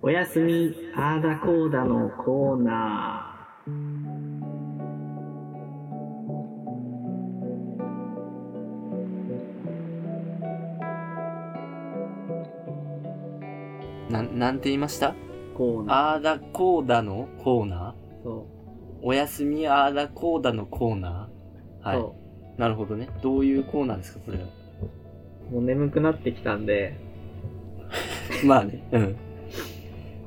おやすみあーだこーだのコーナー。なん、なんて言いましたコーナー。あーだこーだのコーナそーおやすみあーだこーだのコーナう。ーはそい。なるほどね。どういうコーナーですか、それは。う。もう眠くなってきたんで、まあね。うん。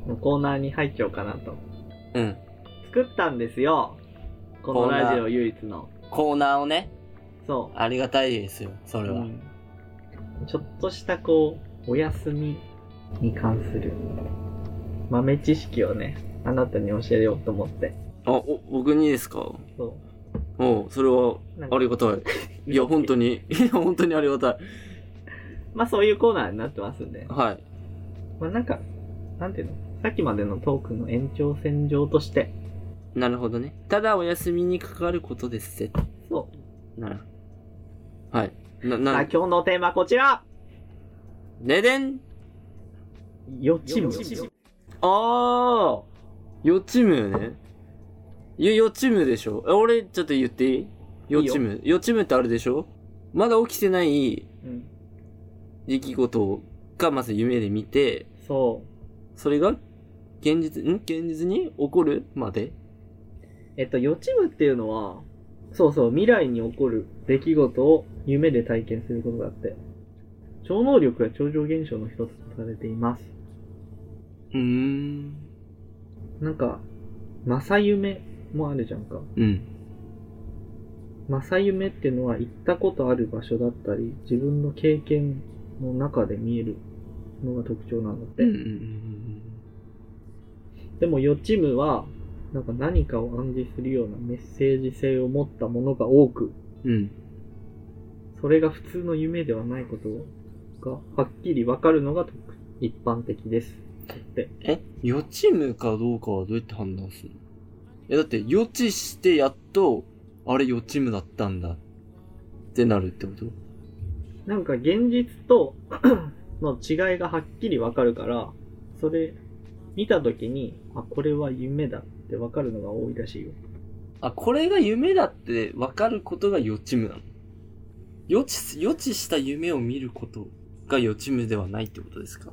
もうコーナーに入っちゃおうかなと。うん。作ったんですよ。このコーナーラジオ唯一の。コーナーをね、そ。ありがたいですよ、そうれは。うんちょっとしたこう、お休みに関する豆知識をね、あなたに教えようと思って。あ、お、僕にですかそおそれはう。なんかありがたい。いや、本当。に、いや、本当にありがたい。まあそういうコーナーになってますんで。はい。まあなんか、なんていうのさっきまでのトークの延長線上として。なるほどね。ただお休みにかかることですぜ。そなるはい。な、う。さあな、今日のテーマはこちらねでん予知夢。あー予知夢ね。よ、予知夢でしょえ俺、ちょっと言っていい予知夢。予知夢ってあるでしょまだ起きてないうん。出来事がまず夢で見て、そう。それが現実、ん現実に起こるまでえっと、予知夢っていうのは、そうそう、未来に起こる出来事を夢で体験することだって。超能力が超常現象の一つとされています。うーん。なんか、正夢もあるじゃんか。うん。正夢っていうのは行ったことある場所だったり、自分の経験の中で見えるのが特徴なんだって。うんうんうんうんでも予知夢は、なんか何かを暗示するようなメッセージ性を持ったものが多く、うん。うん。それが普通の夢ではないことがはっきりわかるのが特一般的です。って。え予知夢かどうかはどうやって判断するのえ、だって予知してやっと、あれ予知夢だったんだってなるってことなんか現実と の違いがはっきりわかるから、それ見た時に、あ、これは夢だってわかるのが多いらしいよ。あ、これが夢だって分かることが予知夢なの予知、予知した夢を見ることが予知夢ではないってことですか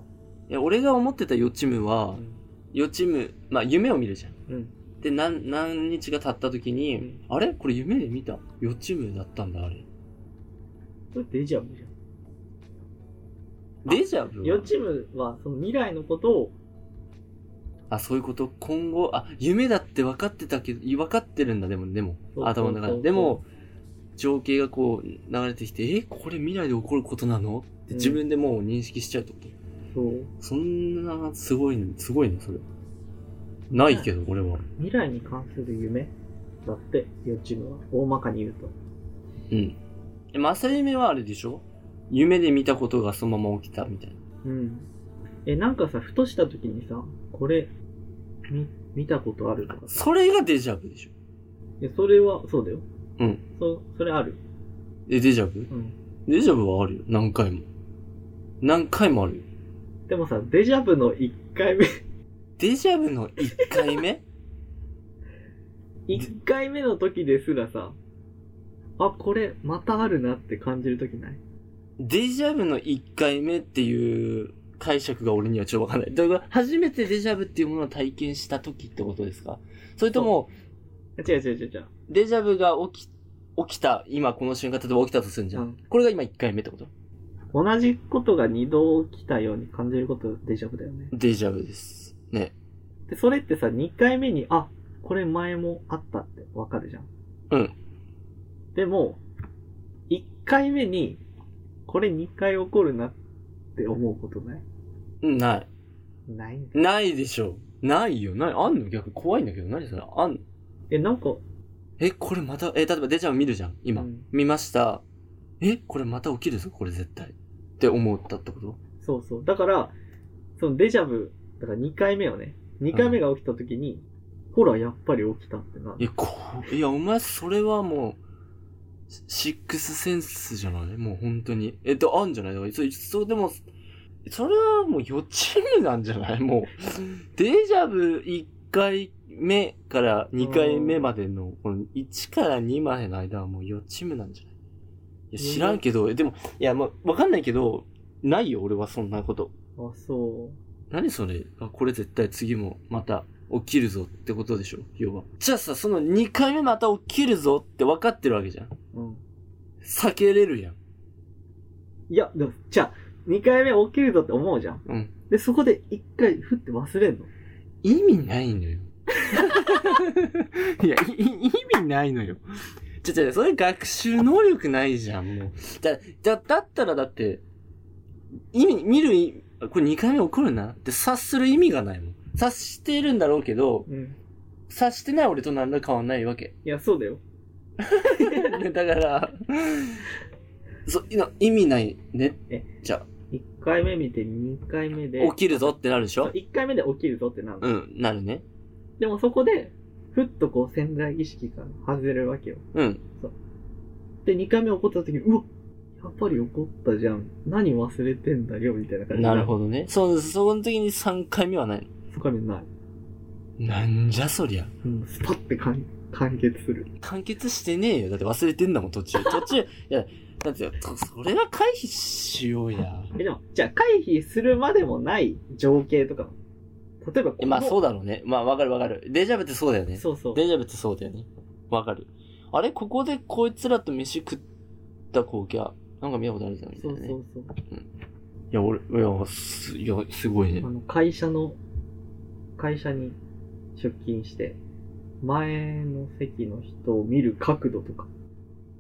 え、俺が思ってた予知夢は、予知夢、まあ夢を見るじゃん。うん。で、何、何日が経った時に、うんあれこれ夢で見た予知夢だったんだ、あれ。それデジャブじゃん。デジャブは予知夢はその未来のことを、あ、そういうこと今後、あ、夢だって分かってたけど、分かってるんだ、でも、でもそ。う頭そのう中そうで。でも、情景がこう流れてきて、え、これ未来で起こることなのってうん自分でもう認識しちゃうってこと、そう、そんな、すごいね、すごいね、それ。ないけど、俺は。未来に関する夢だって、予知夢は。大まかに言うと。うん。え、正夢はあれでしょ夢で見たことがそのまま起きたみたいな。うん。え、なんかさ、ふとした時にさ、これ、み、見たことあるとかさ。それがデジャブでしょえ、それは、そうだよ。うん。そ、それある。え、デジャブうん。デジャブはあるよ、何回も。何回もあるよ。でもさ、デジャブの1回目、 デジャブの1回目1回目の時ですらさ、あ、これ、またあるなって感じる時ないデジャブの1回目っていう解釈が俺にはちょっとわかんない。だから初めてデジャブっていうものを体験した時ってことですかそれとも、あ違う違う違う違う。デジャブが起き、起きた、今この瞬間、例えば起きたとするんじゃん。うんこれが今1回目ってこと同じことが2度起きたように感じることデジャブだよね。デジャブです。ね。で、それってさ、2回目に、あ、これ前もあったってわかるじゃん。うん。でも、1回目に、これ2回起こるなって思うことないない。ないんだ。ないでしょ。ないよ。ない。あんの逆に怖いんだけど。何それあんえ、なんか、え、これまた、え、例えばデジャブ見るじゃん。今。うん見ました。え、これまた起きるぞ。これ絶対。って思ったってことそうそう。だから、そのデジャブ、だから2回目をね、2回目が起きた時に、ほら、やっぱり起きたってな。いや、こう、いや、お前、それはもう、シシックスセンスじゃないもう本当に。えっと、あんじゃないだからそれ、そう、でも、それはもう予知夢なんじゃないもう。デジャブ1回目から2回目までの、この1から2までの間はもう予知夢なんじゃないいや、知らんけど、えでも、いや、まあ、わかんないけど、ないよ、俺はそんなこと。あ、そ何それあ、これ絶対次もまた起きるぞってことでしょ要は。じゃあさ、その2回目また起きるぞって分かってるわけじゃん。う。うん。避けれるやん。いや、でも、じゃあ、2回目起きるぞって思うじゃん。うん。で、そこで1回、ふって忘れんの。意味ないのよ。 いや、いい意味ないのよ。ちょ、ちょ、それ学習能力ないじゃん、もう。だ、だ、だったらだって、意味、見る意、これ2回目起こるなって察する意味がないもん。察してるんだろうけど、うん。察してない俺と何ら変わんないわけ。いや、そうだよ。 だから、そう、いや意味ないね。 1回目見て2回目で、起きるぞってなるでしょ1回目で起きるぞってなるの。うん、なるね。でもそこで、ふっとこう潜在意識から外れるわけよ。うん。で、2回目起こった時に、うわやっぱり起こったじゃん。何忘れてんだよ、みたいな感じ。なるど。ほどね。そう、その時に3回目はないそこにない。の。なんじゃそりゃ。うん、スパッて完完結する。完結してねえよ。だって忘れてんだもん、途中。 途中、いや、だって、そそれは回避しようや。え、でも、じゃあ回避するまでもない情景とか。例えばこえの、まあそうだろうね。まあわかるわかる。デジャブってそうだよね。そうそう。デジャブってそうだよね。わかる。あれここでこいつらと飯食った光景は、なんか見たことあるじゃん、みたそいうなね。そうそう。いや、俺、いや、すいやすごいねあ。の、会社の、会社に出勤して、前の席の人を見る角度とか。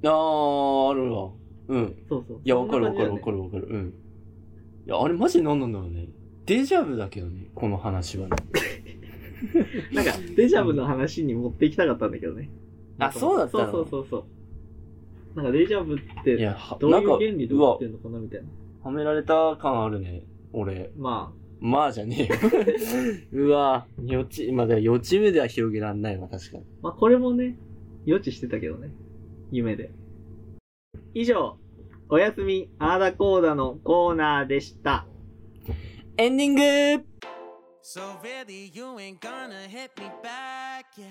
あー、あるわ。うん。そうそう。いや、わかるわかるわわかる。るわかる。うん。いや、あれマジで何なんだろうね。デジャブだけどね、この話はね。なんか、デジャブの話に持っていきたかったんだけどね。あそうだったのそうそうそうそう。なんか、デジャブって、いや、はどういなうんか、原理でう起わきて、るのかなみたいな。はめられた感あるね、俺。ままあじゃね えよ。うわ、予知、まあでも予知夢では広げらんないわ、確かにあ。、まあこれもね、予知してたけどね。夢で。以上、おやすみ、アーダコーダのコーナーでした。エンディング So really, you ain't gonna hit me back, yeah.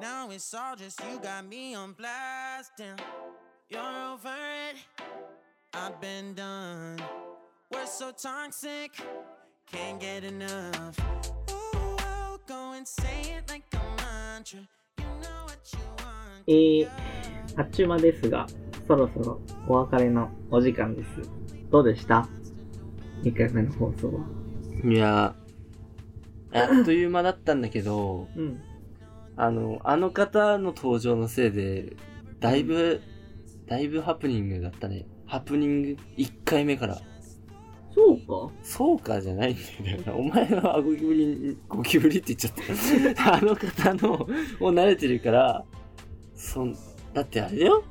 Now it's all just you got me on blast, damn. You're over it, I've been done. We're so toxic, can't get enough. Ooh, I'll go and say it like a mantra. You know what you want. えー、あっちゅう間ですが、そろそろお別れのお時間です。どうでした ?2 回目の放送は。いや、あっという間だったんだけど、うん。あの、あの方の登場のせいで、だいぶ、だいぶハプニングだったね。ハプニング1回目から。そうかそうかじゃないんだよな。お前はゴキブリ、ゴキブリって言っちゃった。あの方の、を慣れてるから、そん、だってあれだよ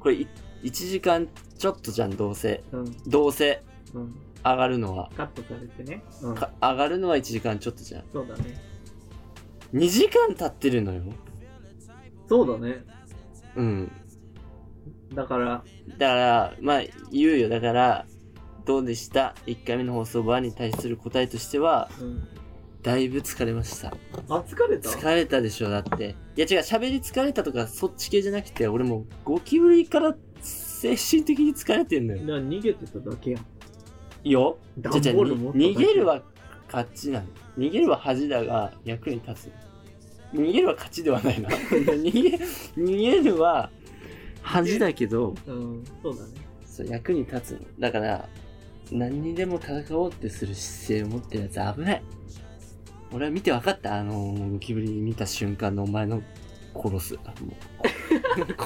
これい1時間ちょっとじゃん、どうせ。うん、どうせ、うん。上がるのは。カットされてね。うん。か上がるのは1時間ちょっとじゃん。そうだね。 2時間経ってるのよ。そうだね。うん。だから、だから、まあ、言うよ。だから、どうでした ?1 回目の放送版に対する答えとしては、うん。だいぶ疲れました。あ、疲れた疲れたでしょ、だって。いや違う、喋り疲れたとか、そっち系じゃなくて、俺もうゴキブリから精神的に疲れてんのだよ。から逃げてただけやん。いいよ。ダじゃンじゃボール持っただけ逃げるは勝ちなの。逃げるは恥だが、役に立つ。逃げるは勝ちでは ないな。逃げ、逃げるは恥だけど、うん、そうだね。そう役に立つの。だから、何にでも戦おうってする姿勢を持ってるやつ危ない。俺は見て分かった。あの、ゴキブリ見た瞬間のお前の殺す。あも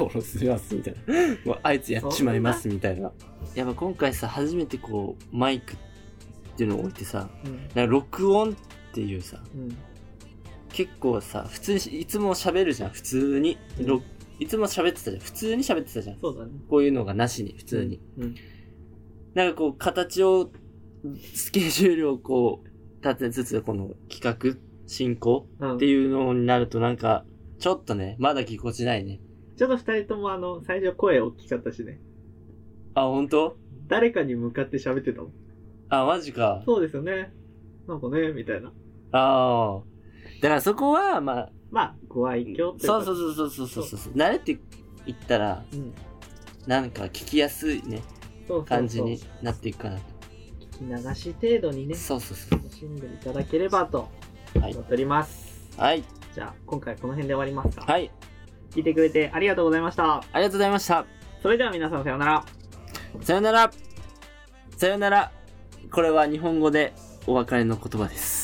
う 殺すます、みたいな。もうあいつやっちまいます、みたいな。やっぱ今回さ、初めてこう、マイクっていうのを置いてさ、うん。なんか録音っていうさ、うん。結構さ、普通に、いつも喋るじゃん、普通に。ろいつも喋ってたじゃん、普通に喋ってたじゃん。そうだね。こういうのがなしに、普普通に。。うん。なんかこう、形を、スケジュールをこう、立てつつ、この企画、進行うんっていうのになるとなんか、ちょっとね、まだぎこちないね。ちょっと二人ともあの、最初声大きかったしね。あ、本当誰かに向かって喋ってたもん。あ、マジか。そうですよね。なんかね、みたいな。ああ。だからそこは、まあ、まあ、ご愛嬌っていかそうそうそうそうそうそうそう。慣れていったら、うん。なんか聞きやすいね、そうそうそう感じになっていくかなと。聞き流し程度にね、そうそうそ楽しんでいただければとはい思っております。う。はい。じゃあ、今回この辺で終わりますか。はい。聞いてくれてありがとうございました。ありがとうございました。それでは皆さんさようなら。さよなら。さよなら。これは日本語でお別れの言葉です。